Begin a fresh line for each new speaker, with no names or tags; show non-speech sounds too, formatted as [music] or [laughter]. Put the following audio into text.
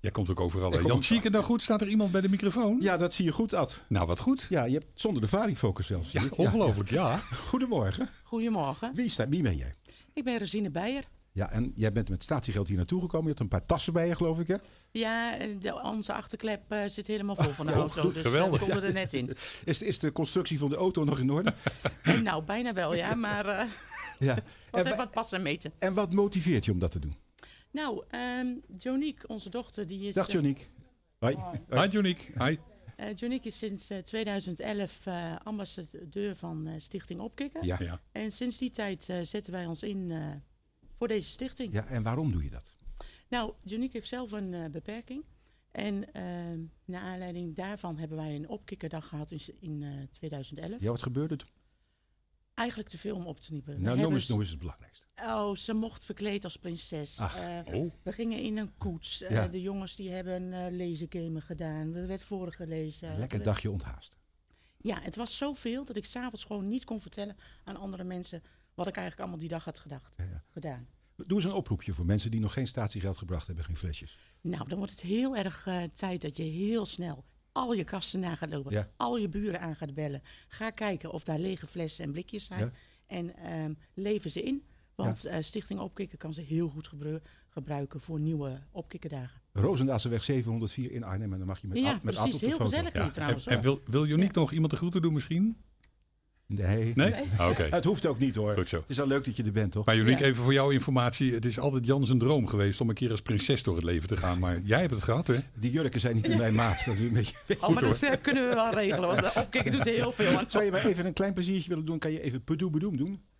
Jij komt ook overal. hè?
kom
Jan
ook
Zieken, nou goed, staat er iemand bij de microfoon?
Ja, dat zie je goed, Ad.
Nou, wat goed.
Ja, je hebt zonder de varingfocus zelfs.
Ja,
zie ik.
ongelooflijk, ja.
ja. Goedemorgen.
Goedemorgen,
Wie, is dat? Wie ben jij?
ik ben Rosine Beijer.
Ja, en jij bent met statiegeld hier naartoe gekomen. Je hebt een paar tassen bij je, geloof ik, hè?
Ja, eh, de, onze achterklep eh, zit helemaal vol van de
Ja,
auto,
goed,
dus
geweldig.
we konden er net in.
Is, is de constructie van de auto nog in orde?
Eh, Nou, bijna wel, ja, maar eh
[laughs] ja.
was
En,
even
wa-
wat passen en meten.
en wat motiveert je om dat te doen?
Nou, ehm Jonique, onze dochter, die is...
Dag,
eh,
Joniek. Hoi.
Hi, Joniek. Hi.
eh, Jonique is sinds eh, 2011 eh, ambassadeur van eh, Stichting Opkikken.
Ja.
Ja.
En sinds die tijd eh, zetten wij ons in eh, voor deze stichting.
ja, en waarom doe je dat?
Nou, Jonique heeft zelf een eh, beperking. En ehm naar aanleiding daarvan hebben wij een opkikkerdag gehad in, in eh, 2011.
Ja, wat gebeurde toen?
Eigenlijk te veel om op te niepen.
Nou,
We
noem
hebben
eens,
ze-
noem eens het belangrijkste.
Oh, ze mocht verkleed als prinses.
Ach,
Eh,
Oh,
We gingen in een koets. Eh,
Ja.
de jongens die hebben eh lezengamen gedaan. Er werd voorgelezen. Er
Lekker
werd-
dagje onthaast.
Ja, het was zoveel dat ik s'avonds gewoon niet kon vertellen aan andere mensen wat ik eigenlijk allemaal die dag had gedacht,
ja.
gedaan.
Doe eens een oproepje voor mensen die nog geen statiegeld gebracht hebben, geen flesjes.
Nou, dan wordt het heel erg eh, tijd dat je heel snel al je kasten na gaat lopen.
Ja.
Al je buren aan gaat bellen. Ga kijken of daar lege flessen en blikjes zijn.
Ja.
En ehm, lever ze in. Want eh, Stichting Opkikken kan ze heel goed gebru- gebruiken voor nieuwe opkikkerdagen.
Roosendaalseweg 704 in Arnhem. En dan mag je met,
Ja,
Ad- met Ad
precies.
op de
Heel
foto.
gezellig.
ja.
niet
En,
trouwens,
en wil, wil Joniek nog iemand de groeten doen misschien?
Nee.
Nee? Ah, Oké.
Het hoeft ook niet hoor.
Goed zo.
Het is al leuk dat je er bent, toch?
Maar Joniek,
Ja.
even voor jouw informatie. Het is altijd Jans een droom geweest om een keer als prinses door het leven te gaan. Maar jij hebt het gehad, hè?
Die jurken zijn niet [laughs] in mijn maat. Dat is een beetje...
Oh, maar dat eh,
[laughs]
kunnen we wel regelen, want de opkikker doet heel veel.
Zou je maar even een klein pleziertje willen doen? Kan je even pedoe bedoem doen?